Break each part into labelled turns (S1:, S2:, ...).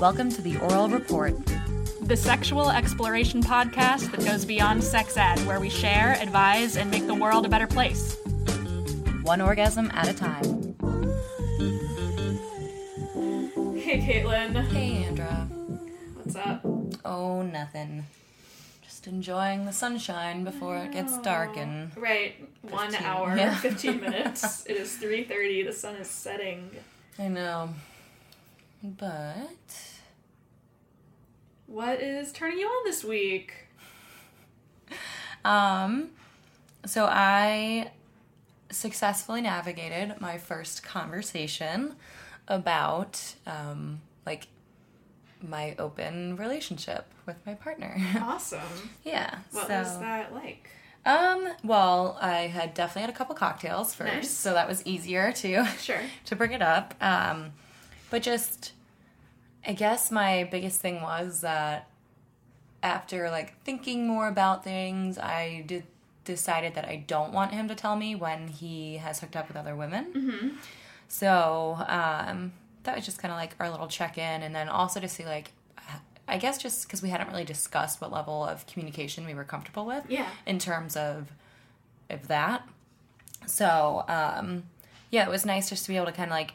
S1: Welcome to the Oral Report.
S2: the sexual exploration podcast that goes beyond sex ed, where we share, advise, and make the world a better place.
S1: One orgasm at a time.
S2: Hey, Caitlin.
S1: Hey, Andra.
S2: What's up?
S1: Oh, nothing. Just enjoying the sunshine before it gets dark and
S2: Right, one
S1: 15,
S2: hour,
S1: yeah.
S2: 15 minutes. it is 3.30, the sun is setting.
S1: I know. But
S2: What is turning you on this week?
S1: um so I successfully navigated my first conversation about um like my open relationship with my partner.
S2: Awesome.
S1: yeah.
S2: What
S1: so
S2: was that like?
S1: Um, well, I had definitely had a couple cocktails first,
S2: Nice.
S1: so that was easier to
S2: Sure.
S1: to bring it up. Um, but just I guess my biggest thing was that after like thinking more about things, I did decided that I don't want him to tell me when he has hooked up with other women. So, um, that was just kind of like our little check in and then also to see like I guess just because we hadn't really discussed what level of communication we were comfortable with
S2: Yeah.
S1: in terms of of that. So um, yeah, it was nice just to be able to kind of like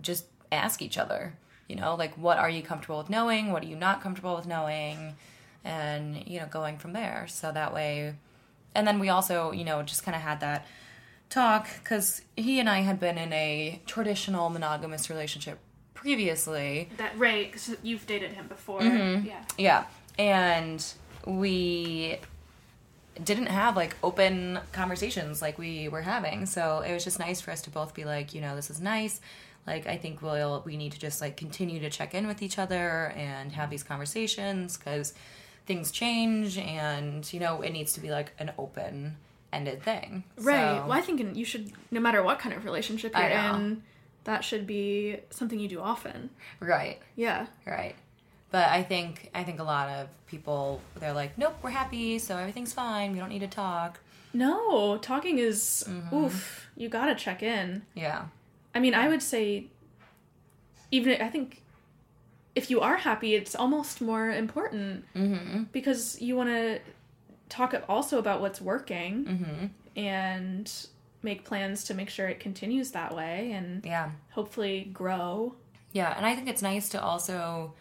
S1: just ask each other, you know, like what are you comfortable with knowing, what are you not comfortable with knowing, and you know going from there. So that way, and then we also you know just kind of had that talk because he and I had been in a traditional monogamous relationship previously
S2: That, right, 'cause you've dated him before.
S1: Mm-hmm.
S2: Yeah.
S1: yeah. And we didn't have like open conversations like we were having. So it was just nice for us to both be like, you know, this is nice. Like I think we'll we need to just like continue to check in with each other and have these conversations cuz things change and you know, it needs to be like an open ended thing.
S3: Right.
S1: So-
S3: Well, I think in, you should, no matter what kind of relationship
S1: I
S3: you're
S1: know.
S3: in, that should be something you do often.
S1: right.
S3: Yeah.
S1: Right. But I think I think a lot of people they're like, "Nope, we're happy, so everything's fine. We don't need to talk."
S3: No, talking is oof. You gotta check in.
S1: Yeah.
S3: I mean, I would say, even I think, if you are happy, it's almost more important because you want to talk also about what's working and make plans to make sure it continues that way and
S1: Yeah.
S3: hopefully grow.
S1: Yeah, and I think it's nice to also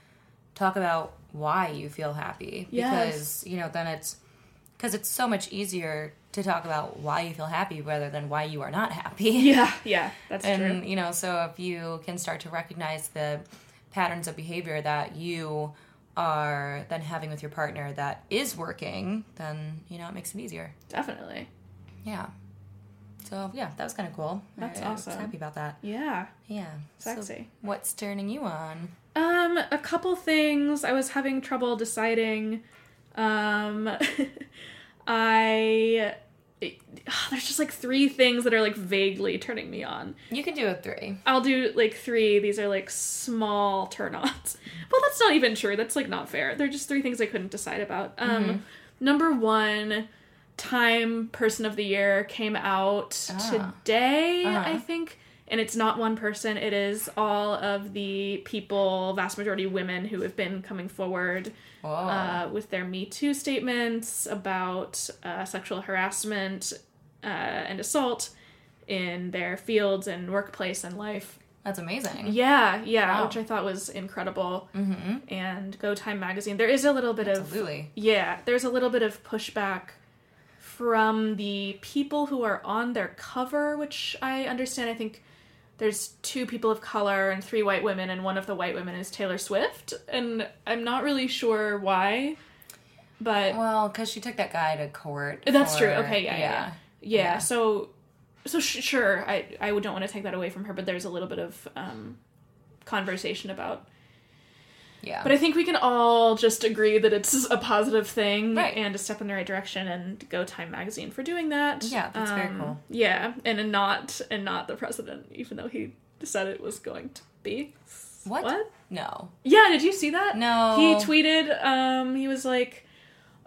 S1: talk about why you feel happy because,
S3: Yes.
S1: you know, then it's because it's so much easier to talk about why you feel happy rather than why you are not happy.
S3: Yeah. Yeah. That's true.
S1: And, you know, so if you can start to recognize the patterns of behavior that you are then having with your partner that is working, then, you know, it makes it easier.
S3: Definitely.
S1: Yeah. So, yeah, that was kind of cool.
S3: That's
S1: I, I was
S3: awesome.
S1: happy about that.
S3: Yeah.
S1: Yeah. So
S3: Sexy.
S1: what's turning you on?
S3: Um, a couple things. I was having trouble deciding. Um, I. ah, There's just like three things that are like vaguely turning me on.
S1: You can do a three.
S3: I'll do like three. These are like small turn ons. Well, that's not even true. That's like not fair. They're just three things I couldn't decide about. Um,
S1: Mm-hmm.
S3: Number one, Time Person of the Year came out
S1: Ah.
S3: today,
S1: Uh-huh.
S3: I think. And it's not one person, it is all of the people, vast majority women, who have been coming forward
S1: Oh.
S3: uh, with their Me Too statements about uh, sexual harassment uh, and assault in their fields and workplace and life.
S1: That's amazing.
S3: Yeah, yeah,
S1: Wow.
S3: which I thought was incredible. Mm-hmm. And Go Time magazine, there is a little bit of
S1: Absolutely.
S3: yeah, there's a little bit of pushback from the people who are on their cover, which I understand. I think there's two people of color and three white women, and one of the white women is Taylor Swift, and I'm not really sure why, but
S1: Well, because she took that guy to court.
S3: that's
S1: for-
S3: true. Okay, yeah, yeah, yeah. Yeah,
S1: Yeah.
S3: So, so sh- sure, I I would don't want to take that away from her, but there's a little bit of um, conversation about
S1: yeah.
S3: but I think we can all just agree that it's a positive thing
S1: Right.
S3: and a step in the right direction and go Time magazine for doing that. Um,
S1: Yeah, that's very cool.
S3: Yeah, and, and not and not the president, even though he said it was going to be.
S1: what?
S3: What?
S1: No.
S3: Yeah, did you see that?
S1: No.
S3: He tweeted, um, he was like,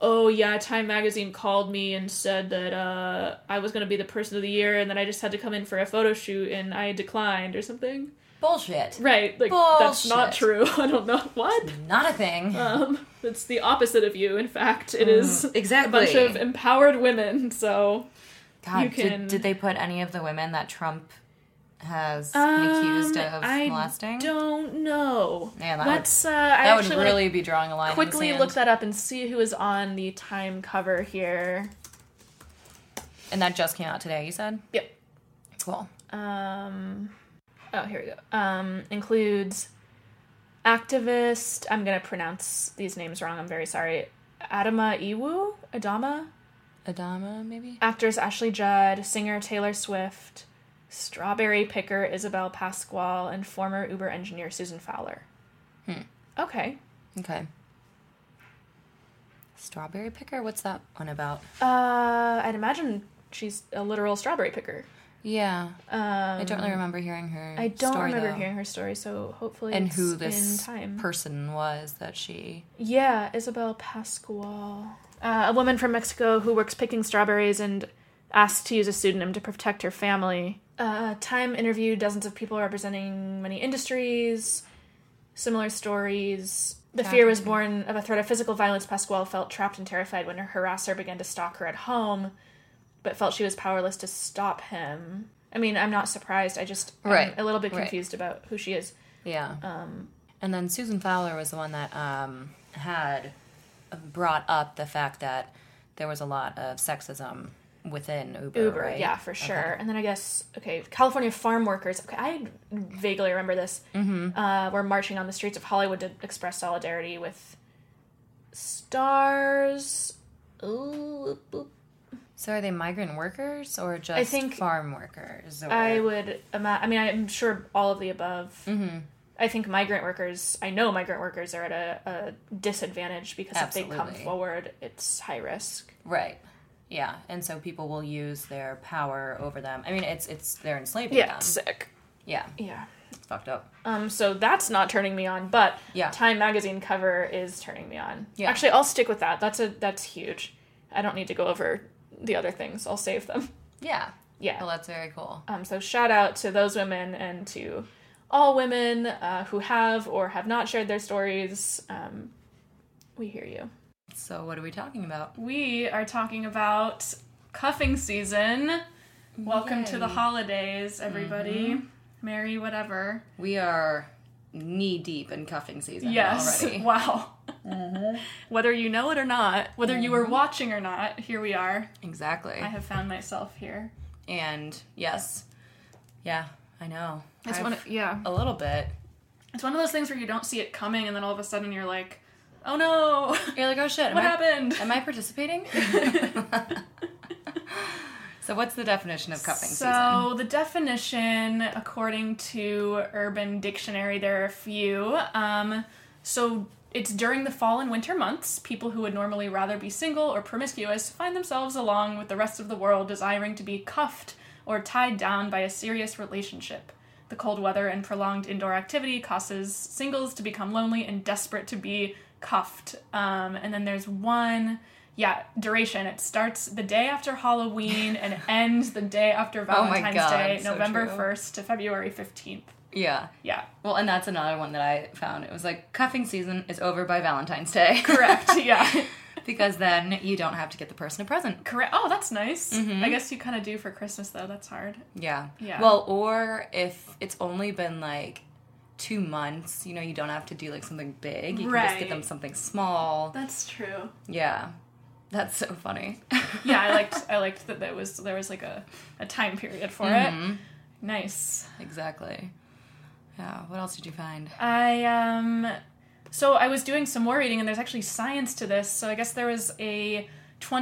S3: Oh yeah, Time magazine called me and said that uh I was gonna be the person of the year and that I just had to come in for a photo shoot and I declined or something.
S1: Bullshit.
S4: Right, like that's not true. I don't know what.
S1: Not a thing.
S4: Um, it's the opposite of you. In fact, it is
S1: exactly.
S4: a bunch of empowered women. So
S1: God,
S4: you
S1: did,
S4: can-
S1: did they put any of the women that Trump has
S4: um,
S1: accused of
S4: I
S1: molesting?
S4: don't know.
S1: Man, that would-
S4: Let's. uh, I
S1: that would
S4: actually wanna
S1: really be drawing a line. in the
S4: quickly
S1: sand.
S4: look that up and see who is on the Time cover here.
S1: And that just came out today. You said
S4: Yep.
S1: cool.
S4: um oh here we go um includes activist i'm gonna pronounce these names wrong i'm very sorry adama iwu adama
S1: Adama, maybe.
S4: actors ashley judd singer taylor swift strawberry picker isabel pasquale and former uber engineer susan fowler hmm. okay
S1: Okay. Strawberry picker. What's that one about?
S4: uh i'd imagine she's a literal strawberry picker
S1: Yeah,
S4: um
S1: I don't really remember hearing her.
S4: I don't
S1: story,
S4: remember
S1: though.
S4: hearing her story, so hopefully
S1: And
S4: it's
S1: who this
S4: in time.
S1: person was that she?
S4: Yeah, Isabel Pascual. Uh, a woman from Mexico who works picking strawberries and asked to use a pseudonym to protect her family. Uh, Time interviewed dozens of people representing many industries, similar stories. The fear was born of a threat of physical violence. Pascual felt trapped and terrified when her harasser began to stalk her at home, but felt she was powerless to stop him. I mean, I'm not surprised. I just
S1: Right,
S4: am a little bit
S1: right.
S4: confused about who she is.
S1: Yeah. Um, and then Susan Fowler was the one that um, had brought up the fact that there was a lot of sexism within Uber.
S4: Uber,
S1: right?
S4: yeah, for sure. And then I guess okay, California farm workers. Okay, I vaguely remember this. Mm-hmm. Uh, were marching on the streets of Hollywood to express solidarity with stars. Ooh, boop.
S1: So are they migrant workers or just
S4: think-
S1: farm workers? Or...
S4: I would. Ima- I mean, I'm sure all of the above. Mm-hmm. I think migrant workers. I know migrant workers are at a, a disadvantage because if they
S1: Absolutely.
S4: come forward, it's high risk.
S1: Right. Yeah, and so people will use their power over them. I mean, it's it's they're enslaving them.
S4: sick.
S1: Yeah,
S4: Um, Yeah.
S1: it's fucked up.
S4: Um, so that's not turning me on, but
S1: Yeah.
S4: Time magazine cover is turning me on.
S1: Yeah.
S4: Actually, I'll stick with that. That's a that's huge. I don't need to go over the other things. I'll save them.
S1: Yeah.
S4: Yeah.
S1: Well, that's very cool.
S4: Um, so shout out to those women and to all women uh, who have or have not shared their stories. Um, we hear you.
S1: So what are we talking about?
S3: We are talking about cuffing season. Welcome to the
S1: Yay.
S3: holidays, everybody.
S1: Mm-hmm.
S3: Merry whatever.
S1: We are knee deep in cuffing season
S3: Yes.
S1: already. Mm-hmm.
S3: Wow. Whether you know it or not, whether you were watching or not, here we are.
S1: Exactly.
S3: I have found myself here.
S1: and yes, yeah, I know.
S3: It's
S1: I've-
S3: one of, yeah.
S1: a little bit.
S3: It's one of those things where you don't see it coming and then all of a sudden you're like, "Oh no.
S1: You're like, oh shit, am
S3: what
S1: I-
S3: happened?"
S1: Am I participating? so what's the definition of cuffing season?
S3: so, the definition, according to Urban Dictionary, there are a few. Um, so, it's during the fall and winter months, people who would normally rather be single or promiscuous find themselves along with the rest of the world desiring to be cuffed or tied down by a serious relationship. The cold weather and prolonged indoor activity causes singles to become lonely and desperate to be cuffed. Um, and then there's one, yeah, duration. It starts the day after Halloween and ends the day after
S1: Oh my
S3: Valentine's
S1: God,
S3: Day,
S1: so
S3: November
S1: true.
S3: 1st to February 15th.
S1: Yeah.
S3: Yeah,
S1: Well, and that's another one that I found. It was like cuffing season is over by Valentine's Day.
S3: correct. yeah.
S1: because then you don't have to get the person a present.
S3: Correct. Oh, that's nice. I guess you kind of do for Christmas though. That's hard.
S1: Yeah.
S3: Yeah.
S1: Well, or if it's only been like two months, you know, you don't have to do like something big. You can just
S3: Right.
S1: get them something small.
S3: That's true.
S1: Yeah. That's so funny.
S3: Yeah, I liked. I liked that there was there was like a, a time period for it. Nice.
S1: exactly. Yeah. What else did you find?
S3: I um so I was doing some more reading and there's actually science to this. So I guess there was a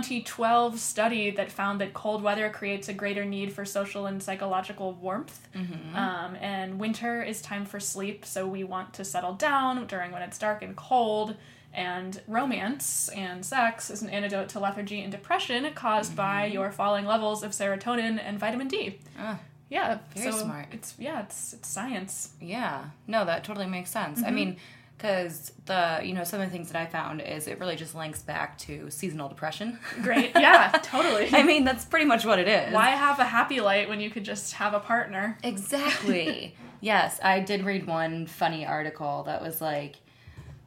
S3: 2012 study that found that cold weather creates a greater need for social and psychological warmth.
S1: Mm-hmm.
S3: Um, and winter is time for sleep, so we want to settle down during when it's dark and cold. And romance and sex is an antidote to lethargy and depression caused by your falling levels of serotonin and vitamin D.
S1: Mm-hmm. Ah.
S3: yeah,
S1: Very
S3: so
S1: smart.
S3: It's yeah, it's it's science.
S1: Yeah. No, that totally makes sense. I mean, because the you know some of the things that I found is it really just links back to seasonal depression.
S2: Great. Yeah, totally.
S1: I mean, that's pretty much what it is.
S2: Why have a happy light when you could just have a partner?
S1: Exactly. yes, I did read one funny article that was like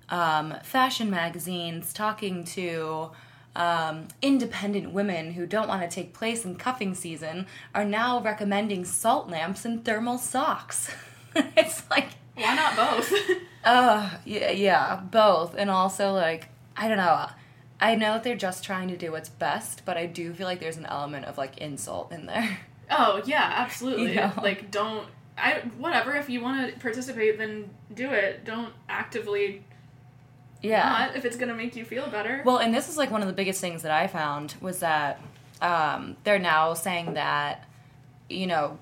S1: um, fashion magazines talking to um, independent women who don't want to take place in cuffing season are now recommending salt lamps and thermal socks. it's like,
S2: Why not both?
S1: uh, yeah, yeah, both. And also, like, I don't know. I know that they're just trying to do what's best, but I do feel like there's an element of like insult in there.
S3: Oh yeah, absolutely.
S1: You know?
S3: Like don't I whatever if you want to participate then do it. Don't actively
S1: Yeah.
S3: not if it's going to make you feel better.
S1: Well, and this is like one of the biggest things that I found was that um, they're now saying that, you know,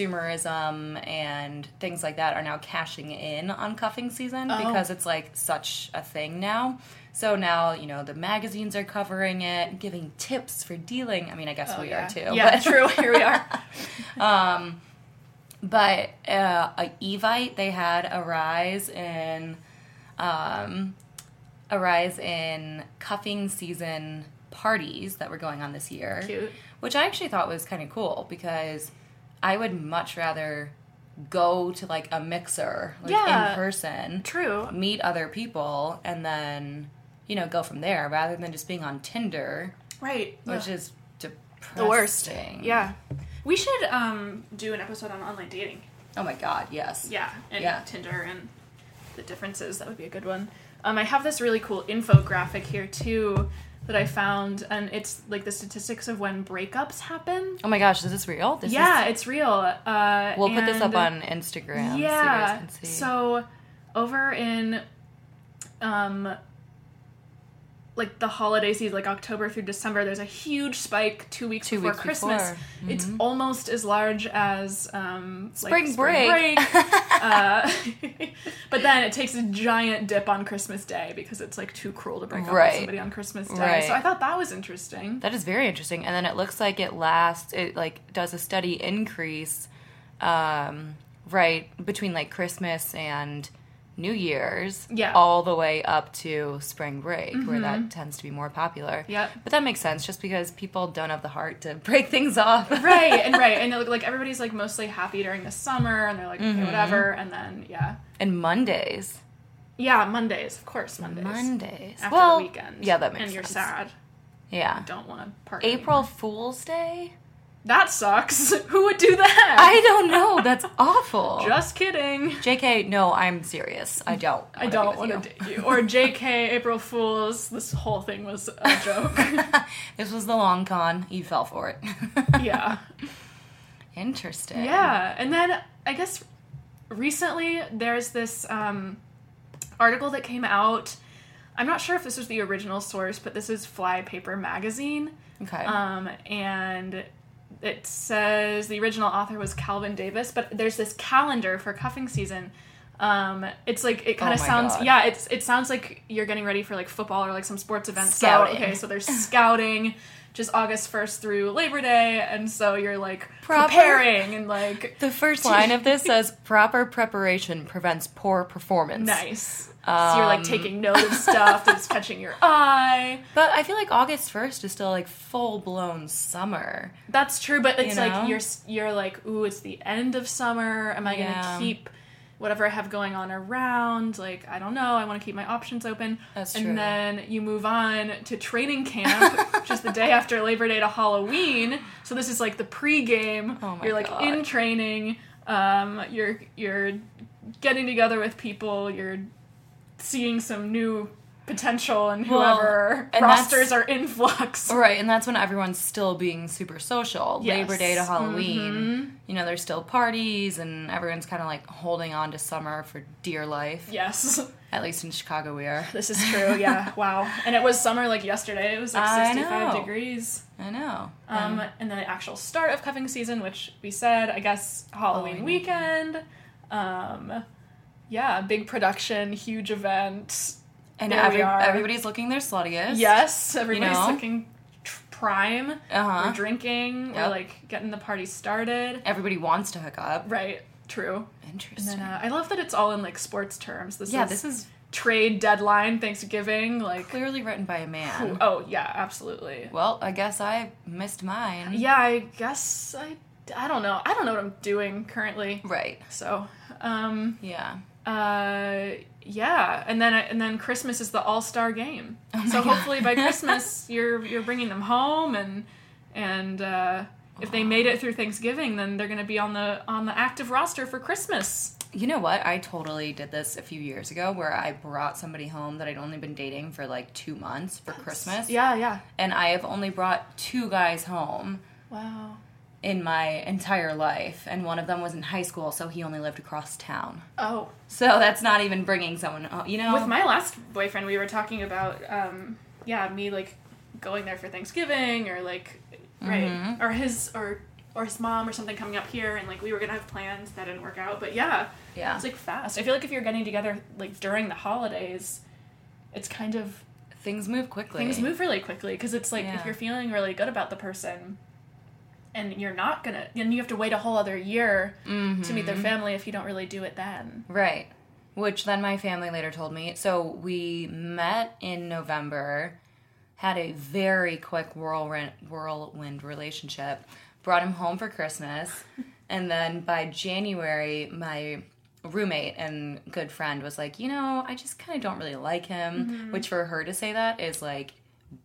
S1: consumerism and things like that are now cashing in on cuffing season
S2: Oh.
S1: because it's like such a thing now. So now, you know, the magazines are covering it, giving tips for dealing. I mean, I guess
S2: Oh,
S1: we
S2: yeah.
S1: are too.
S2: Yeah,
S1: but-
S2: true. Here we are.
S1: um, but uh, a Evite, they had a rise in um, a rise in cuffing season parties that were going on this year,
S3: Cute.
S1: which I actually thought was kind of cool because I would much rather go to like a mixer like
S3: Yeah.
S1: in person,
S3: True.
S1: meet other people, and then you know go from there rather than just being on Tinder,
S3: Right.
S1: which
S3: Ugh,
S1: is depressing.
S3: the worst. Yeah. We should um do an episode on online dating.
S1: Oh my god. Yes.
S3: Yeah, and
S1: Yeah.
S3: Tinder and the differences. That would be a good one. Um, I have this really cool infographic here too that I found, and it's like the statistics of when breakups happen.
S1: Oh my gosh, is this real? This
S2: Yeah.
S1: Is,
S3: Yeah, it's real. Uh,
S1: we'll put this up
S3: and-
S1: on Instagram so you guys
S3: yeah.
S1: can see.
S3: So over in um like the holiday season, like October through December, there's a huge spike two weeks
S1: Two
S3: before
S1: weeks
S3: Christmas.
S1: before. Mm-hmm.
S3: It's almost as large as um like,
S1: Spring break.
S3: break. uh, but then it takes a giant dip on Christmas Day because it's like too cruel to break up
S1: Right.
S3: with somebody on Christmas Day.
S1: Right.
S3: So I thought that was interesting.
S1: that is very interesting. And then it looks like it lasts it like does a steady increase um right between like Christmas and New Year's.
S3: Yeah. Mm-hmm.
S1: All the way up to spring break where that tends to be more popular.
S3: Yep.
S1: But that makes sense just because people don't have the heart to break things off.
S3: right and right and it, like everybody's like mostly happy during the summer and they're like
S1: Mm-hmm.
S3: okay whatever and then yeah
S1: and Mondays.
S3: Yeah, Mondays, of course, Mondays.
S1: Mondays.
S3: after
S1: well,
S3: the weekend.
S1: Yeah, that makes
S3: And you're
S1: sense.
S3: sad.
S1: Yeah.
S3: Don't want to party.
S1: April Fool's Day?
S3: That sucks. Who would do that?
S1: I don't know. That's awful.
S3: Just kidding.
S1: JK, no, I'm serious. I don't.
S3: I don't want
S1: wanna
S3: to
S1: be with
S3: date you. Or JK, April Fools. This whole thing was a joke.
S1: this was the long con. You fell for it.
S3: yeah.
S1: Interesting.
S3: Yeah. And then I guess recently there's this um, article that came out. I'm not sure if this was the original source, but this is Flypaper Magazine.
S1: Okay.
S3: Um, and it says the original author was Calvin Davis, but there's this calendar for cuffing season. Um, it's like it kind
S1: Oh
S3: of
S1: my
S3: sounds
S1: God.
S3: yeah, it's it sounds like you're getting ready for like football or like some sports event.
S1: Scouting.
S3: So okay, so there's scouting, just August first through Labor Day, and so you're like
S1: Proper-
S3: preparing and like
S1: the first line of this says proper preparation prevents poor performance.
S3: nice. so
S1: Um.
S3: you're like taking note of stuff that's catching your eye.
S1: But I feel like August 1st is still like full blown summer.
S3: That's true, but it's
S1: You know?
S3: like you're s- you're like, ooh, it's the end of summer. Am I
S1: Yeah.
S3: gonna keep whatever I have going on around? Like, I don't know. I want to keep my options open.
S1: That's
S3: and
S1: true.
S3: then you move on to training camp, which is the day after Labor Day to Halloween. So this is like the pregame.
S1: Oh my
S3: you're like
S1: God.
S3: in training. Um, you're you're getting together with people. You're seeing some new potential and
S1: Well,
S3: whoever
S1: and that's-
S3: rosters are in flux.
S1: Right, and that's when everyone's still being super social.
S3: Yes. Mm-hmm.
S1: Labor Day to Halloween. You know, there's still parties and everyone's kind of like holding on to summer for dear life.
S3: Yes.
S1: At least in Chicago we are.
S3: This is true, yeah. wow. And it was summer like yesterday. It was like
S1: I
S3: 65
S1: know.
S3: degrees.
S1: I know.
S3: Um, And then the actual start of cuffing season, which we said, I guess, Halloween
S1: Halloween
S3: weekend. Um, yeah, big production, huge event.
S1: And
S3: There we
S1: every,
S3: are.
S1: everybody's looking their sluttiest.
S3: Yes, everybody's
S1: know?
S3: looking tr- prime.
S1: Uh
S3: We're
S1: huh.
S3: drinking. We're
S1: Yep.
S3: like getting the party started.
S1: Everybody wants to hook up.
S3: Right, true. And
S1: Interesting.
S3: then uh, I love that it's all in like sports terms. This
S1: yeah,
S3: is
S1: this is
S3: trade deadline, Thanksgiving, like
S1: Clearly written by a man.
S3: oh yeah, absolutely.
S1: Well, I guess I missed mine.
S3: Yeah, I guess I I don't know. I don't know what I'm doing currently.
S1: Right.
S3: So, um
S1: Yeah.
S3: uh yeah, and then and then Christmas is the all-star game. so
S1: God.
S3: hopefully by Christmas you're you're bringing them home and and uh if they made it through Thanksgiving, then they're going to be on the on the active roster for Christmas.
S1: You know what? I totally did this a few years ago where I brought somebody home that I'd only been dating for like two months for Christmas.
S3: Yeah, yeah.
S1: And I have only brought two guys home
S3: Wow.
S1: in my entire life. And one of them was in high school, so he only lived across town.
S3: Oh,
S1: So that's not even bringing someone, home, you know?
S3: with my last boyfriend we were talking about um yeah me like going there for thanksgiving or like right
S1: Mhm.
S3: or his or or his mom or something coming up here and like we were gonna have plans that didn't work out but yeah
S1: yeah.
S3: it's like fast i feel like if you're getting together like during the holidays it's kind of
S1: things move quickly.
S3: things move really quickly because it's like
S1: Yeah.
S3: if you're feeling really good about the person and you're not gonna then you have to wait a whole other year to meet
S1: Mm-hmm.
S3: their family if you don't really do it then
S1: Right. Which then my family later told me. So we met in November, had a very quick whirlwind, whirlwind relationship, brought him home for Christmas, and then by January, my roommate and good friend was like, you know, I just kind of don't really like him. Which for her to say that is like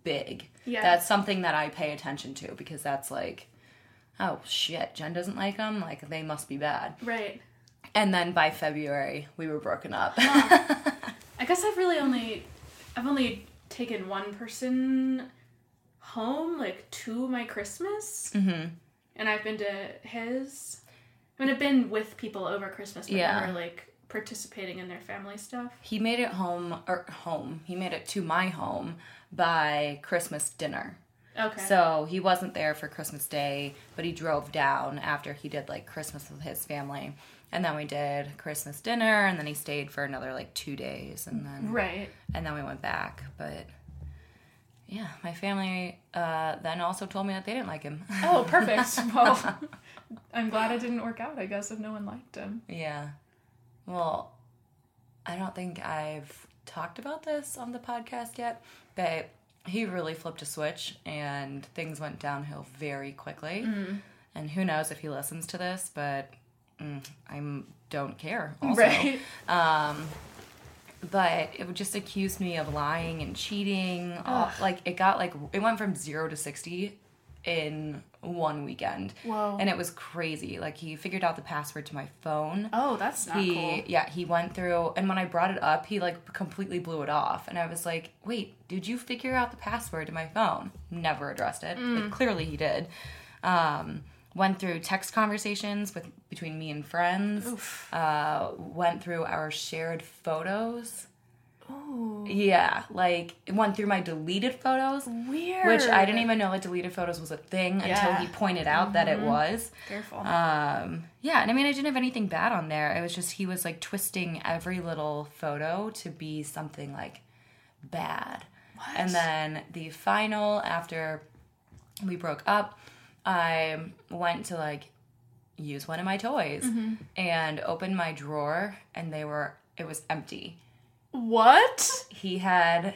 S1: big.
S3: Yeah.
S1: That's something that I pay attention to because that's like, oh shit, Jen doesn't like him. Like they must be bad.
S3: right
S1: And then by February, we were broken up.
S3: I guess I've really only I've only taken one person home like to my Christmas, mm-hmm. and I've been to his. I mean, I've been with people over Christmas, but
S1: Yeah.
S3: never like participating in their family stuff.
S1: he made it home, or home, he made it to my home by Christmas dinner.
S3: Okay.
S1: So he wasn't there for Christmas Day, but he drove down after he did like Christmas with his family. And then we did Christmas dinner, and then he stayed for another like two days, and then
S3: right.
S1: and then we went back. But yeah, my family uh, then also told me that they didn't like him.
S3: Oh, perfect. well, I'm glad it didn't work out. I guess if no one liked him.
S1: Yeah. Well, I don't think I've talked about this on the podcast yet, but he really flipped a switch and things went downhill very quickly.
S3: Mm-hmm.
S1: And who knows if he listens to this, but mm, I don't care. Also.
S3: Right.
S1: But it would just accused me of lying and cheating. All, like it got like it went from zero to sixty in one weekend.
S3: Whoa.
S1: And it was crazy. Like he figured out the password to my phone
S3: Oh, that's not
S1: he
S3: cool.
S1: yeah he went through and when i brought it up he like completely blew it off and i was like wait did you figure out the password to my phone never addressed it
S3: Mm.
S1: Like, clearly he did um, went through text conversations with between me and friends uh, went through our shared photos
S3: Oh,
S1: yeah like went through my deleted photos
S3: weird.
S1: which i didn't even know that deleted photos was a thing until
S3: Yeah. Mm-hmm.
S1: he pointed out that it was
S3: Careful.
S1: um, yeah, and I mean, I didn't have anything bad on there. It was just he was like twisting every little photo to be something like bad. And then the final, after we broke up, I went to like use one of my toys and opened my drawer, and they were, it was empty.
S3: what?
S1: He had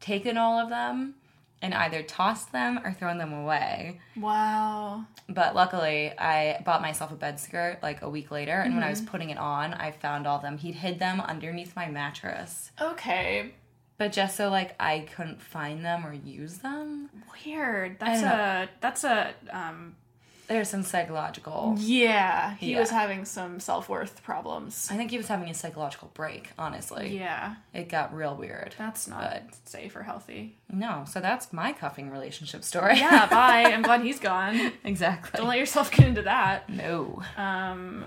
S1: taken all of them and either tossed them or thrown them away.
S3: Wow.
S1: But luckily, I bought myself a bed skirt like a week later, and when I was
S3: Mm-hmm.
S1: putting it on, I found all them. He'd hid them underneath my mattress,
S3: Okay.
S1: but just so like I couldn't find them or use them.
S3: Weird. That's
S1: don't
S3: a that's a um
S1: There's some
S3: Mm.
S1: psychological.
S3: yeah, he
S1: Yeah.
S3: was having some self-worth problems.
S1: I think he was having a psychological break. Honestly,
S3: Yeah,
S1: it got real weird.
S3: that's not safe or healthy.
S1: No, so that's my cuffing relationship story.
S3: Yeah, bye. I'm glad he's gone.
S1: exactly.
S3: Don't let yourself get into that.
S1: no.
S3: Um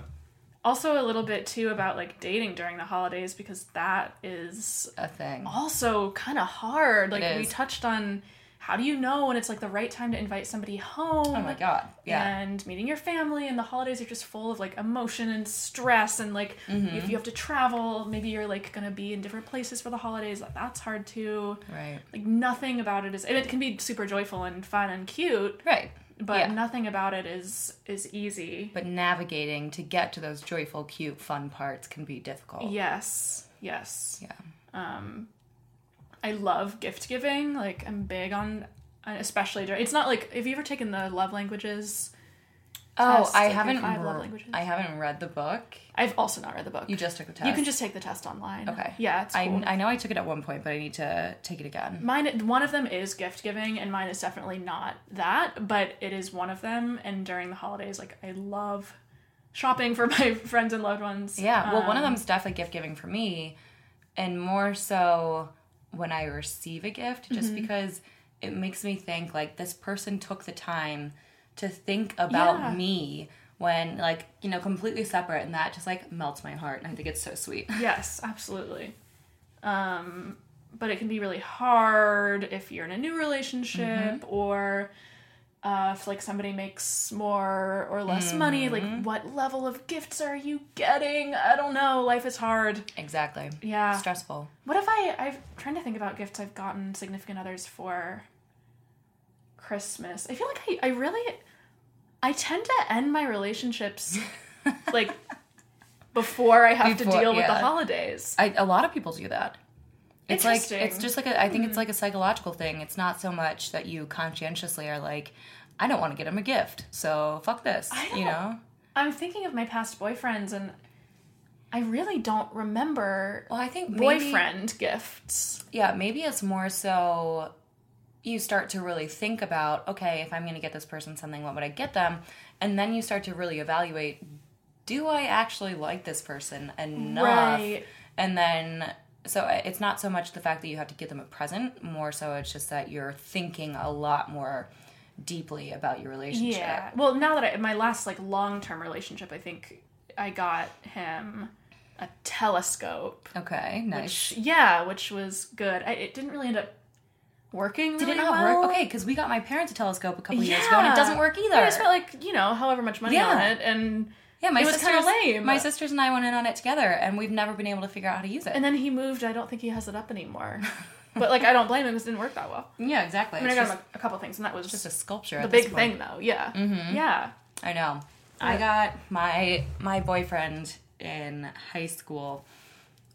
S3: also a little bit too about like dating during the holidays because that is
S1: A thing.
S3: also kind of hard. Like we
S1: is.
S3: touched on how do you know when it's like the right time to invite somebody home?
S1: Oh my god. Yeah.
S3: and meeting your family and the holidays are just full of like emotion and stress and like
S1: Mm-hmm.
S3: if you have to travel maybe you're like gonna be in different places for the holidays like, that's hard too
S1: Right.
S3: like nothing about it is and it can be super joyful and fun and cute
S1: Right.
S3: but
S1: Yeah.
S3: nothing about it is is easy
S1: But navigating to get to those joyful, cute, fun parts can be difficult.
S3: yes Yes.
S1: Yeah.
S3: Um, I love gift giving. Like I'm big on, uh, especially during. It's not like have you ever taken the love languages?
S1: Oh,
S3: Test,
S1: I
S3: like, your
S1: haven't.
S3: five love
S1: re-
S3: languages.
S1: I haven't read the book.
S3: I've also not read the book.
S1: You just took the test.
S3: You can just take the test online.
S1: Okay.
S3: Yeah, it's cool.
S1: I, I know I took it at one point, but I need to take it again.
S3: Mine, one of them is gift giving, and mine is definitely not that, but it is one of them. And during the holidays, like I love shopping for my friends and loved ones.
S1: Yeah, well, one of
S3: Um,
S1: them's definitely gift giving for me, and more so when I receive a gift, just
S3: Mm-hmm.
S1: because it makes me think like this person took the time to think about
S3: Yeah.
S1: me when like you know completely separate, and that just like melts my heart, and I think it's so sweet.
S3: Yes, absolutely. Um, but it can be really hard if you're in a new relationship
S1: Mm-hmm.
S3: or uh, if like somebody makes more or less money.
S1: Mm-hmm.
S3: Like, what level of gifts are you getting? I don't know. Life is hard.
S1: exactly.
S3: Yeah.
S1: Stressful.
S3: What if I? I'm trying to think about gifts I've gotten significant others for Christmas. I feel like I, I really, I tend to end my relationships like before I have to
S1: Before-
S3: deal with the
S1: yeah.
S3: holidays.
S1: I, a lot of people do that. It's like
S3: Interesting.
S1: it's just like a, I think it's like a psychological thing. It's not so much that you conscientiously are like, I don't want to get him a gift, so fuck this.
S3: I
S1: You
S3: don't-
S1: know?
S3: I'm thinking of my past boyfriends, and I really don't remember
S1: Well, I think maybe-
S3: boyfriend gifts.
S1: yeah, maybe it's more so you start to really think about, okay, if I'm going to get this person something, what would I get them? And then you start to really evaluate, do I actually like this person enough?
S3: Right.
S1: And then so uh, it's not so much the fact that you have to get them a present, more so it's just that you're thinking a lot more deeply about your relationship.
S3: Yeah. Well, now that I, my last like long term relationship, I think I got him a telescope.
S1: Okay, nice.
S3: Yeah, which was good. I, it didn't really end up working.
S1: Did it
S3: really
S1: not
S3: well.
S1: work? Oh, Okay, because we got my parents a telescope a couple years ago and it doesn't work either.
S3: I just spent like you know however much money on
S1: Yeah.
S3: it, and
S1: Yeah, my
S3: It was
S1: sisters.
S3: kinda lame.
S1: My sisters and I went in on it together, and we've never been able to figure out how to use it.
S3: and then he moved. I don't think he has it up anymore. but like I don't blame him because it didn't work that well.
S1: yeah, exactly.
S3: I mean,
S1: it's
S3: I got
S1: just,
S3: him a, a couple things, and that was
S1: just a sculpture.
S3: the big thing though yeah
S1: Mm-hmm.
S3: yeah
S1: I know. I got my my boyfriend in high school.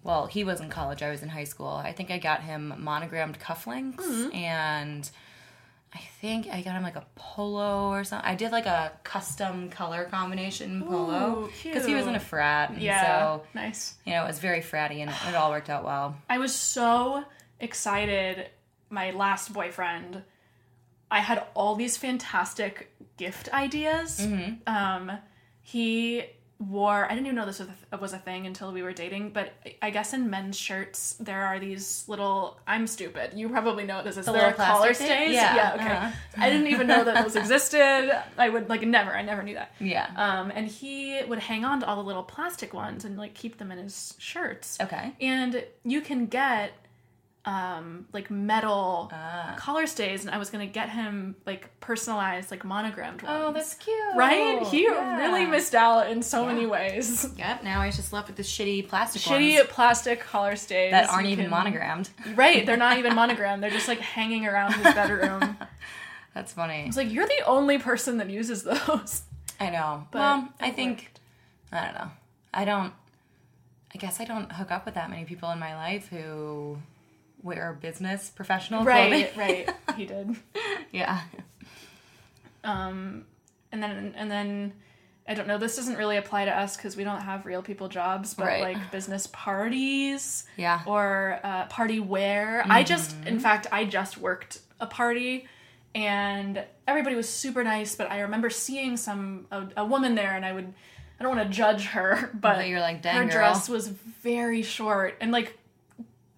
S1: Well, he was in college. I was in high school. I think I got him monogrammed cufflinks, and I think I got him like a polo or something. I did like a custom color combination polo
S3: Ooh,
S1: he was in a
S3: cute.
S1: frat, and
S3: yeah
S1: so
S3: nice
S1: you know it was very fratty, and it all worked out well.
S3: i was so excited my last boyfriend i had all these fantastic gift ideas
S1: Mm-hmm.
S3: um he wore i didn't even know this was a, was a thing until we were dating but i guess in men's shirts there are these little i'm stupid you probably know what this is there are
S1: little plastic
S3: collar
S1: thing?
S3: stays
S1: Yeah,
S3: okay
S1: uh-huh.
S3: i didn't even know that those existed i would like never i never knew that
S1: Yeah.
S3: Um, and he would hang on to all the little plastic ones and like keep them in his shirts.
S1: okay.
S3: And you can get um like metal
S1: Ah.
S3: collar stays, and I was gonna get him like personalized, like monogrammed ones.
S1: Oh, that's cute.
S3: right. He
S1: Yeah.
S3: really missed out in so many
S1: Yeah.
S3: ways.
S1: Yep. Now he's just left with the shitty plastic
S3: Shitty
S1: ones
S3: plastic collar stays
S1: that aren't
S3: you
S1: even
S3: can-
S1: monogrammed.
S3: Right, they're not even monogrammed. They're just like hanging around his bedroom.
S1: That's funny.
S3: It's like you're the only person that uses those.
S1: I know.
S3: But
S1: well, I
S3: it
S1: think I don't know. I don't. I guess I don't hook up with that many people in my life who wear business professional
S3: Right,
S1: clothing.
S3: right. He did.
S1: yeah.
S3: um and then and then i don't know this doesn't really apply to us because we don't have real people jobs but
S1: Right.
S3: like business parties
S1: Yeah. Mm-hmm.
S3: or uh, party wear i just in fact i just worked a party and everybody was super nice but i remember seeing some a, a woman there and i would i don't want to judge her but
S1: But you're like, "Dang,
S3: her
S1: girl."
S3: dress was very short and like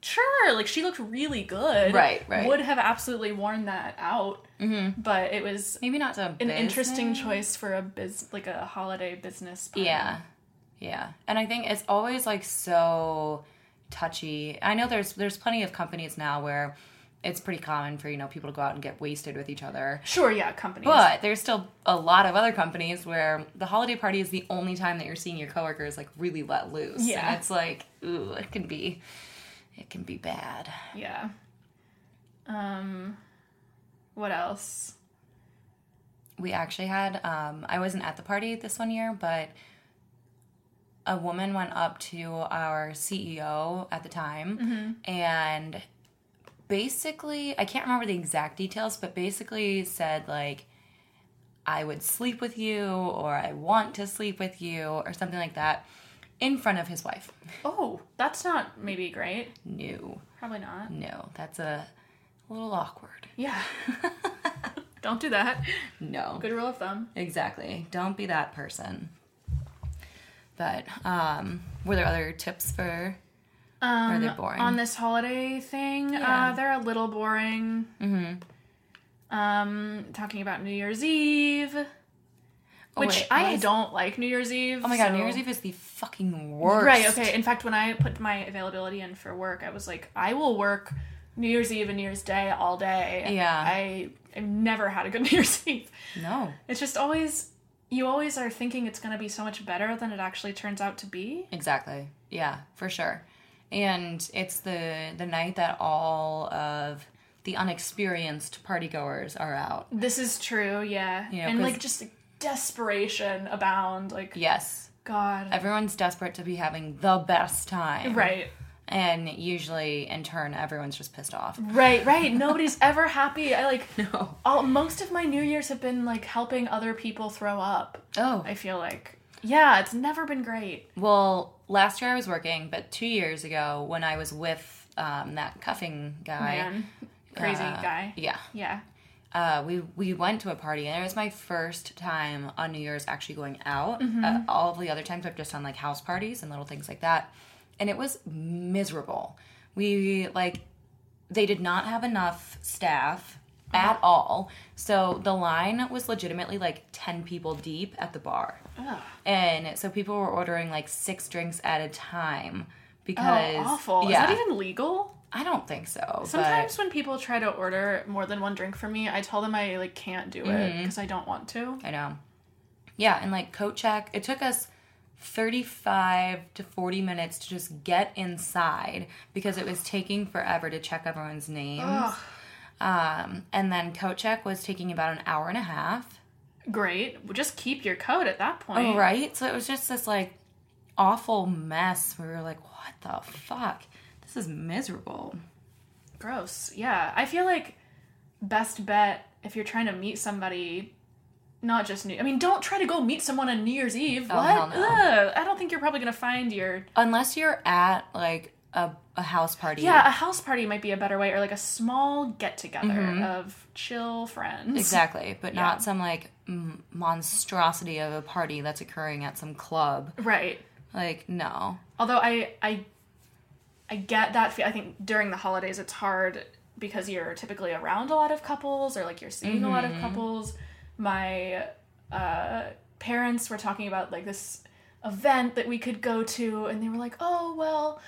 S3: sure like she looked really good
S1: Right, right. Mm-hmm.
S3: would have absolutely worn that out but it was
S1: Maybe not so.
S3: an interesting choice for a biz like a holiday business party.
S1: Yeah. Yeah. And I think it's always like so touchy. I know there's there's plenty of companies now where it's pretty common for, you know, people to go out and get wasted with each other.
S3: sure yeah companies
S1: But there's still a lot of other companies where the holiday party is the only time that you're seeing your coworkers like really let loose. And
S3: Yeah.
S1: it's like, ooh, it can be it can be bad.
S3: yeah um what else
S1: We actually had um I wasn't at the party this one year, but a woman went up to our CEO at the time and basically, I can't remember the exact details, but basically said, like, I would sleep with you or I want to sleep with you or something like that in front of his wife.
S3: Oh, that's not maybe great.
S1: No,
S3: Probably not.
S1: no, that's a little awkward.
S3: Yeah. Don't do that.
S1: No.
S3: Good rule of thumb.
S1: Exactly. Don't be that person. But um, were there other tips for?
S3: Um,
S1: they boring?
S3: On this holiday thing,
S1: Yeah.
S3: uh, they're a little boring. Mm-hmm. Um, talking about New Year's Eve, which
S1: Oh, wait,
S3: I
S1: was-
S3: don't like New Year's Eve.
S1: Oh my god, New
S3: so-
S1: Year's Eve is the fucking worst.
S3: Right. Okay. In fact, when I put my availability in for work, I was like, I will work New Year's Eve and New Year's Day all day.
S1: Yeah.
S3: I I've never had a good New Year's Eve.
S1: No.
S3: It's just always you always are thinking it's gonna be so much better than it actually turns out to be.
S1: Exactly. Yeah, for sure. And it's the the night that all of the unexperienced partygoers are out.
S3: This is true. Yeah.
S1: Yeah,
S3: and
S1: 'cause-
S3: like just like, desperation abound. Like
S1: Yes.
S3: God.
S1: Everyone's desperate to be having the best time.
S3: Right.
S1: And usually in turn everyone's just pissed off.
S3: Right, right. Nobody's ever happy. I like
S1: No.
S3: all most of my New Year's have been like helping other people throw up.
S1: Oh.
S3: I feel like. Yeah, it's never been great.
S1: Well, last year I was working, but two years ago when I was with um, that cuffing guy,
S3: Man. Crazy
S1: uh,
S3: guy.
S1: yeah,
S3: Yeah.
S1: uh, we we went to a party and it was my first time on New Year's actually going out.
S3: Mm-hmm.
S1: Uh, all of the other times I've just done like house parties and little things like that, and it was miserable. We like they did not have enough staff
S3: Uh-huh.
S1: at all, so the line was legitimately like ten people deep at the bar.
S3: Ugh.
S1: And so people were ordering like six drinks at a time
S3: Oh,
S1: because
S3: awful.
S1: Yeah,
S3: Is that even legal?
S1: I don't think so. Sometimes
S3: Sometimes when people try to order more than one drink for me, I tell them I like can't do
S1: Mm-hmm.
S3: it because I don't want to.
S1: I know. um, Yeah, and like coat check, it took us 35 to 40 minutes to just get inside because it was taking forever to check everyone's names.
S3: Ugh.
S1: Um, and then coat check was taking about an hour and a half.
S3: Great. Well, just keep your code at that point.
S1: Oh, right? So it was just this like awful mess. We were like, what the fuck? This is miserable.
S3: Gross. Yeah. I feel like best bet if you're trying to meet somebody, not just New I mean, don't try to go meet someone on New Year's Eve.
S1: Oh,
S3: what?
S1: hell no.
S3: Ugh. I don't think you're probably gonna find your
S1: Unless you're at like a, a house party.
S3: Yeah, a house party might be a better way, or like a small get together
S1: Mm-hmm.
S3: of chill friends.
S1: Exactly, but
S3: Yeah.
S1: not some like m- monstrosity of a party that's occurring at some club.
S3: Right.
S1: Like, no.
S3: Although I I I get that feel. I think during the holidays it's hard because you're typically around a lot of couples or like you're seeing a lot of couples. My uh, parents were talking about like this event that we could go to, and they were like, "Oh well."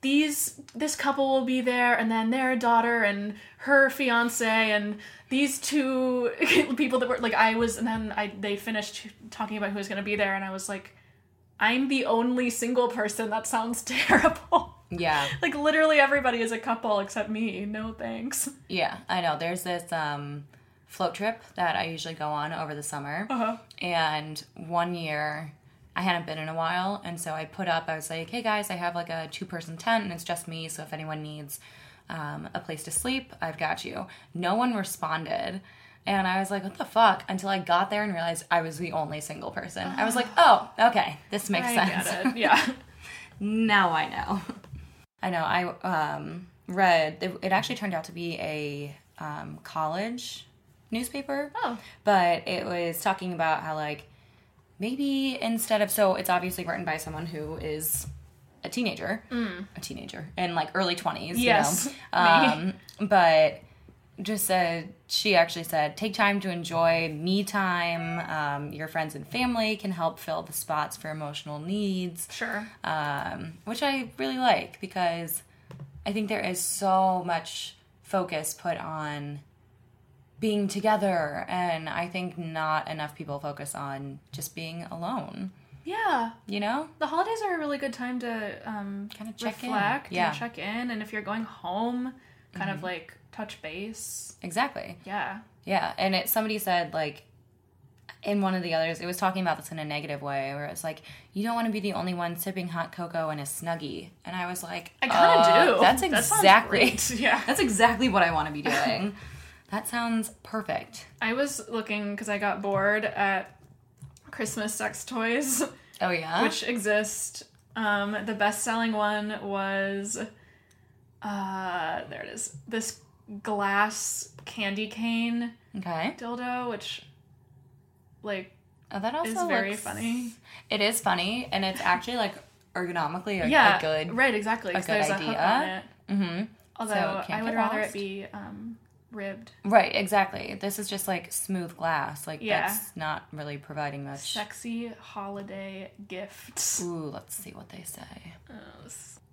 S3: These this couple will be there, and then their daughter and her fiance, and these two people that were like I was, and then I they finished talking about who was going to be there, and I was like, I'm the only single person. That sounds terrible.
S1: Yeah,
S3: like literally everybody is a couple except me. No thanks.
S1: yeah, I know. There's this um, float trip that I usually go on over the summer.
S3: Uh-huh.
S1: And one year, I hadn't been in a while. And so I put up, I was like, hey guys, I have like a two person tent and it's just me. So if anyone needs um, a place to sleep, I've got you. No one responded. And I was like, what the fuck? Until I got there and realized I was the only single person. I was like, oh, okay, this makes
S3: I
S1: sense.
S3: get it. Yeah.
S1: Now I know. I know. I um, read it, it actually turned out to be a um, college newspaper,
S3: Oh.
S1: but it was talking about how like maybe instead of so it's obviously written by someone who is a teenager, a teenager in like early twenties.
S3: Yes,
S1: You
S3: me.
S1: know? Um, but just said she actually said take time to enjoy me time um, your friends and family can help fill the spots for emotional needs
S3: Sure.
S1: um, which I really like because I think there is so much focus put on being together, and I think not enough people focus on just being alone.
S3: Yeah.
S1: You know,
S3: The holidays are a really good time to um,
S1: Kinda check in.
S3: reflect
S1: Yeah. Mm-hmm.
S3: and check in, and if you're going home, kind of like touch base.
S1: exactly.
S3: Yeah.
S1: Yeah, and it somebody said like in one of the others, it was talking about this in a negative way, where it's like, you don't want to be the only one sipping hot cocoa in a snuggie. And I was like,
S3: I kinda
S1: uh,
S3: do.
S1: That's
S3: That sounds
S1: exactly.
S3: great. Yeah.
S1: That's exactly what I want to be doing. that sounds perfect.
S3: I was looking because I got bored at Christmas sex toys,
S1: Oh yeah.
S3: which exist. Um, the best-selling one was, uh, there it is. This glass candy cane
S1: okay.
S3: dildo, which, like,
S1: Oh, that also
S3: is very
S1: looks-
S3: funny.
S1: It is funny, and it's actually like ergonomically a, a
S3: yeah,
S1: good.
S3: right, exactly. 'cause
S1: good
S3: there's a hook on
S1: idea.
S3: it.
S1: Mm-hmm.
S3: Although
S1: it can't
S3: I would
S1: get
S3: rather
S1: lost.
S3: it be um, ribbed.
S1: Right, exactly. This is just like smooth glass. Like
S3: Yeah.
S1: that's not really providing much.
S3: Sexy holiday gifts.
S1: Ooh, let's see what they say.
S3: Uh,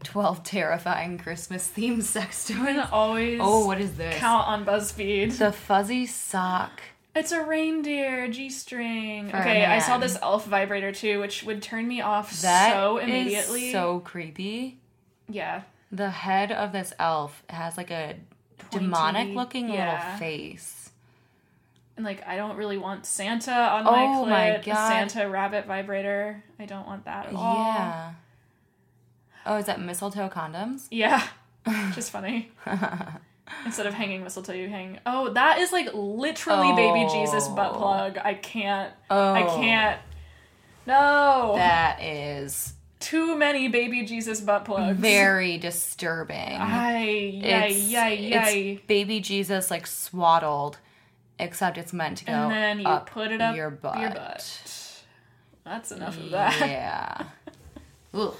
S1: 12 terrifying Christmas themed sex
S3: can
S1: toys.
S3: always
S1: Oh, what is this?
S3: count on BuzzFeed.
S1: The fuzzy sock.
S3: It's a reindeer G string.
S1: a
S3: Okay, I saw
S1: man.
S3: this elf vibrator too, which would turn me off
S1: That
S3: so
S1: is
S3: immediately.
S1: so creepy.
S3: yeah,
S1: The head of this elf has like a
S3: Pointy,
S1: demonic looking
S3: yeah.
S1: little face.
S3: and like I don't really want Santa on
S1: Oh
S3: my
S1: my
S3: clit. A
S1: God.
S3: Santa rabbit vibrator. I don't want that at all.
S1: Yeah. Oh, is that mistletoe condoms?
S3: Yeah. Just funny. Instead of hanging mistletoe, you hang. Oh, that is like literally baby Jesus butt
S1: Oh.
S3: plug. I can't.
S1: Oh.
S3: I can't. No.
S1: That is
S3: Too many baby Jesus butt plugs.
S1: very disturbing.
S3: Ay, yay,
S1: It's-
S3: Ah, yay,
S1: it's
S3: yay.
S1: baby Jesus like swaddled, except it's meant to go
S3: And then you
S1: up
S3: put it up
S1: your butt.
S3: butt. That's enough of that.
S1: Yeah. Ugh.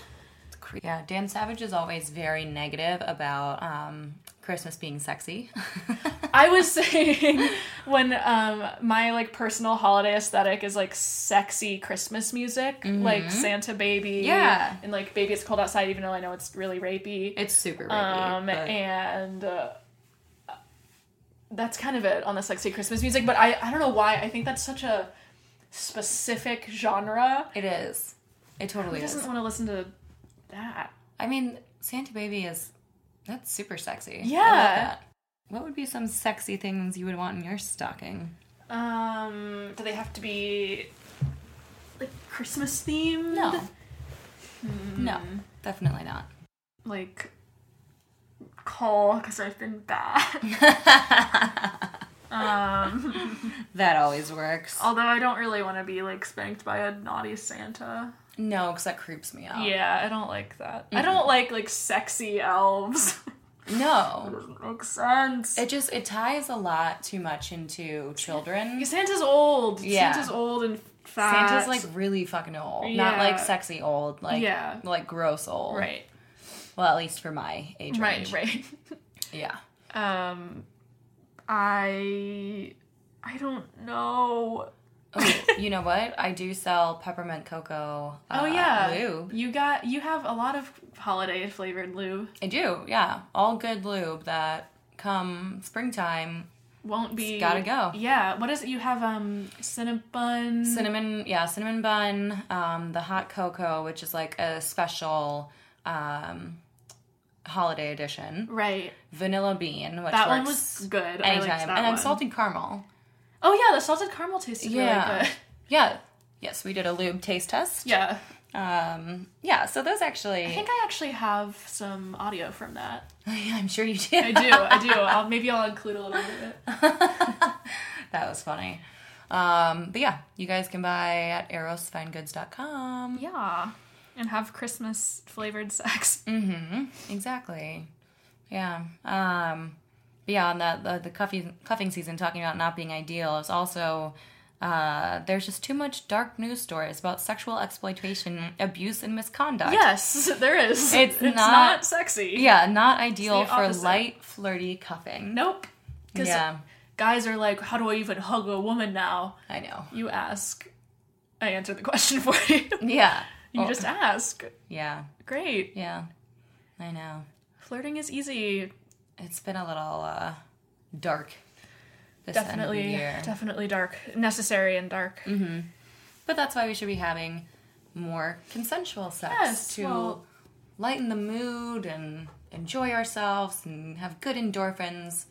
S1: It's cre- Yeah, Dan Savage is always very negative about um, Christmas being sexy.
S3: I was saying when um my like personal holiday aesthetic is like sexy Christmas music, like Santa Baby,
S1: Mm-hmm. Yeah.
S3: and like Baby It's Cold Outside, even though I know it's really rapey.
S1: it's super rapey.
S3: um
S1: but-
S3: and uh, that's kind of it on the sexy Christmas music. But I I don't know why I think that's such a specific genre.
S1: it is. It
S3: Who
S1: totally is.
S3: doesn't want to listen to that?
S1: I mean, Santa Baby is that's super sexy. I love
S3: Yeah.
S1: that. What would be some sexy things you would want in your stocking?
S3: Um, do they have to be like Christmas themed?
S1: No. No, definitely not.
S3: Like coal because I've been bad. um,
S1: That always works.
S3: although I don't really want to be like spanked by a naughty Santa. Um,
S1: No, because that creeps me out.
S3: Yeah, I don't like that. I don't like like sexy elves.
S1: No.
S3: Doesn't make sense.
S1: It just it ties a lot too much into children.
S3: Santa's old.
S1: Yeah.
S3: Santa's old and fat.
S1: Santa's like really fucking old. Not
S3: Yeah.
S1: like sexy old, like
S3: Yeah.
S1: like gross old.
S3: right,
S1: Well, at least for my age
S3: right,
S1: range.
S3: right.
S1: Yeah.
S3: Um, I I don't know.
S1: Oh, you know what? I do sell peppermint cocoa. Uh,
S3: oh yeah,
S1: lube.
S3: You got you have a lot of holiday flavored lube.
S1: I do. Yeah, all good lube that come springtime.
S3: Won't be
S1: gotta go.
S3: Yeah. What is it? You have um cinnabun.
S1: Cinnamon, yeah, cinnamon bun. Um, the hot cocoa, which is like a special um, holiday edition.
S3: right.
S1: vanilla bean, which
S3: That
S1: works
S3: one was good. I
S1: anytime,
S3: liked that
S1: and
S3: one.
S1: then salted caramel.
S3: Oh yeah, the salted caramel tasted
S1: Yeah.
S3: really good.
S1: Yeah, yes, we did a lube taste test.
S3: Yeah.
S1: Um, yeah, so those actually,
S3: I think I actually have some audio from that.
S1: yeah, I'm sure you did.
S3: I do. I do. I'll, maybe I'll include a little bit of it.
S1: that was funny. Um, but yeah, you guys can buy at erosfinegoods.com.
S3: Yeah. And have Christmas flavored sex.
S1: Exactly. Yeah. Um, beyond that, the, the cuffing, cuffing season, talking about not being ideal, is also uh, there's just too much dark news stories about sexual exploitation, abuse, and misconduct.
S3: Yes, there is.
S1: It's
S3: not,
S1: not-
S3: sexy.
S1: Yeah, not ideal
S3: the
S1: for
S3: opposite.
S1: light, flirty cuffing.
S3: Nope. Because
S1: Yeah,
S3: guys are like, how do I even hug a woman now?
S1: I know.
S3: You ask. I answer the question for you.
S1: Yeah.
S3: You
S1: Oh,
S3: just ask.
S1: yeah,
S3: Great.
S1: yeah. I know.
S3: Flirting is easy.
S1: It's been a little uh, dark this end of the
S3: Definitely,
S1: year, Mm-hmm.
S3: definitely dark. Necessary and dark.
S1: but that's why we should be having more consensual sex
S3: Yes,
S1: to
S3: well-
S1: lighten the mood and enjoy ourselves and have good endorphins.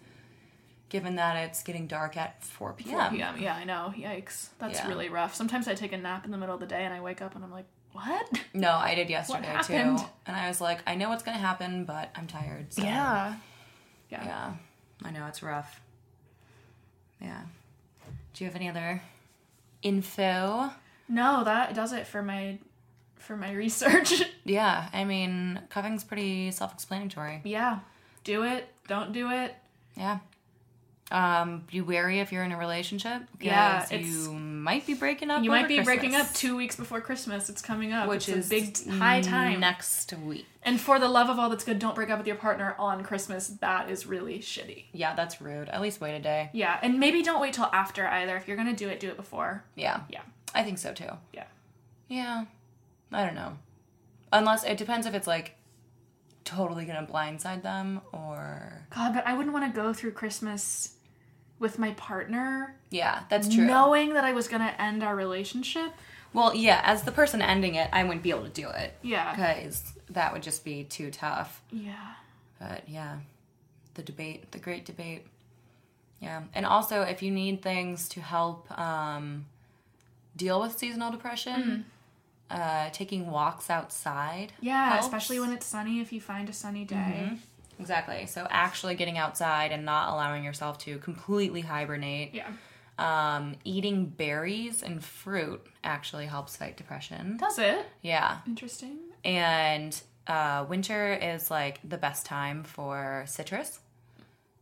S1: given that it's getting dark at 4 p.m.
S3: 4 p.m. Yeah, I know. Yikes. That's
S1: Yeah.
S3: really rough. Sometimes I take a nap in the middle of the day and I wake up and I'm like, what?
S1: No, I did yesterday too.
S3: happened?
S1: And I was like, I know what's going to happen, but I'm tired. So.
S3: Yeah.
S1: Yeah. I know it's rough. Yeah. Do you have any other info?
S3: No, that does it for my for my research.
S1: Yeah, I mean, cuffing's pretty self-explanatory.
S3: yeah. Do it. Don't do it.
S1: Yeah. Um, be wary if you're in a relationship. 'cause
S3: Yeah, it's-
S1: you might be breaking up.
S3: You
S1: over
S3: might be breaking
S1: Christmas,
S3: up two weeks before Christmas. It's coming up,
S1: which is
S3: It's a big t- high time.
S1: next week.
S3: and for the love of all that's good, don't break up with your partner on Christmas. That is really shitty.
S1: Yeah, that's rude. At least wait a day.
S3: Yeah, and maybe don't wait till after either. If you're gonna do it, do it before.
S1: Yeah,
S3: Yeah,
S1: I think so too.
S3: yeah,
S1: Yeah, I don't know. Unless it depends if it's like totally gonna blindside them or
S3: God, but I wouldn't want to go through Christmas with my partner
S1: yeah, that's true.
S3: knowing that I was gonna end our relationship.
S1: Well, yeah, as the person ending it, I wouldn't be able to do it
S3: Yeah,
S1: because that would just be too tough.
S3: yeah,
S1: But yeah, the debate, the great debate. Yeah. And also, if you need things to help um, deal with seasonal depression, uh, taking walks outside.
S3: Mm-hmm. yeah.
S1: helps. Mm-hmm.
S3: Especially when it's sunny. If you find a sunny day.
S1: Exactly. So, actually getting outside and not allowing yourself to completely hibernate.
S3: Yeah,
S1: Um, eating berries and fruit actually helps fight depression.
S3: does it?
S1: Yeah.
S3: Interesting.
S1: and uh, winter is like the best time for citrus.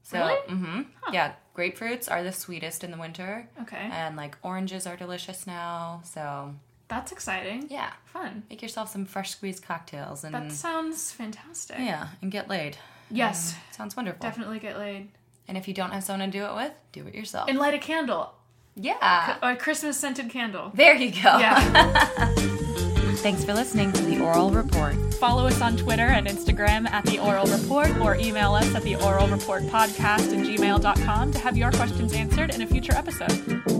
S1: So,
S3: Really?
S1: hmm yeah, grapefruits are the sweetest in the winter,
S3: Okay,
S1: and like oranges are delicious now. So,
S3: that's exciting.
S1: yeah, Mm.
S3: Fun.
S1: make yourself some fresh squeezed cocktails and
S3: That sounds fantastic.
S1: yeah, Mm. and get laid.
S3: Yes,
S1: Sounds wonderful.
S3: definitely get laid
S1: And if you don't have someone to do it with, do it yourself.
S3: and light a candle,
S1: yeah.
S3: a Christmas scented candle.
S1: There you go.
S3: Yeah.
S1: Thanks for listening to the Oral Report.
S2: Follow us on Twitter and Instagram at The Oral Report or email us at The Oral Report Podcast at gmail.com to have your questions answered in a future episode.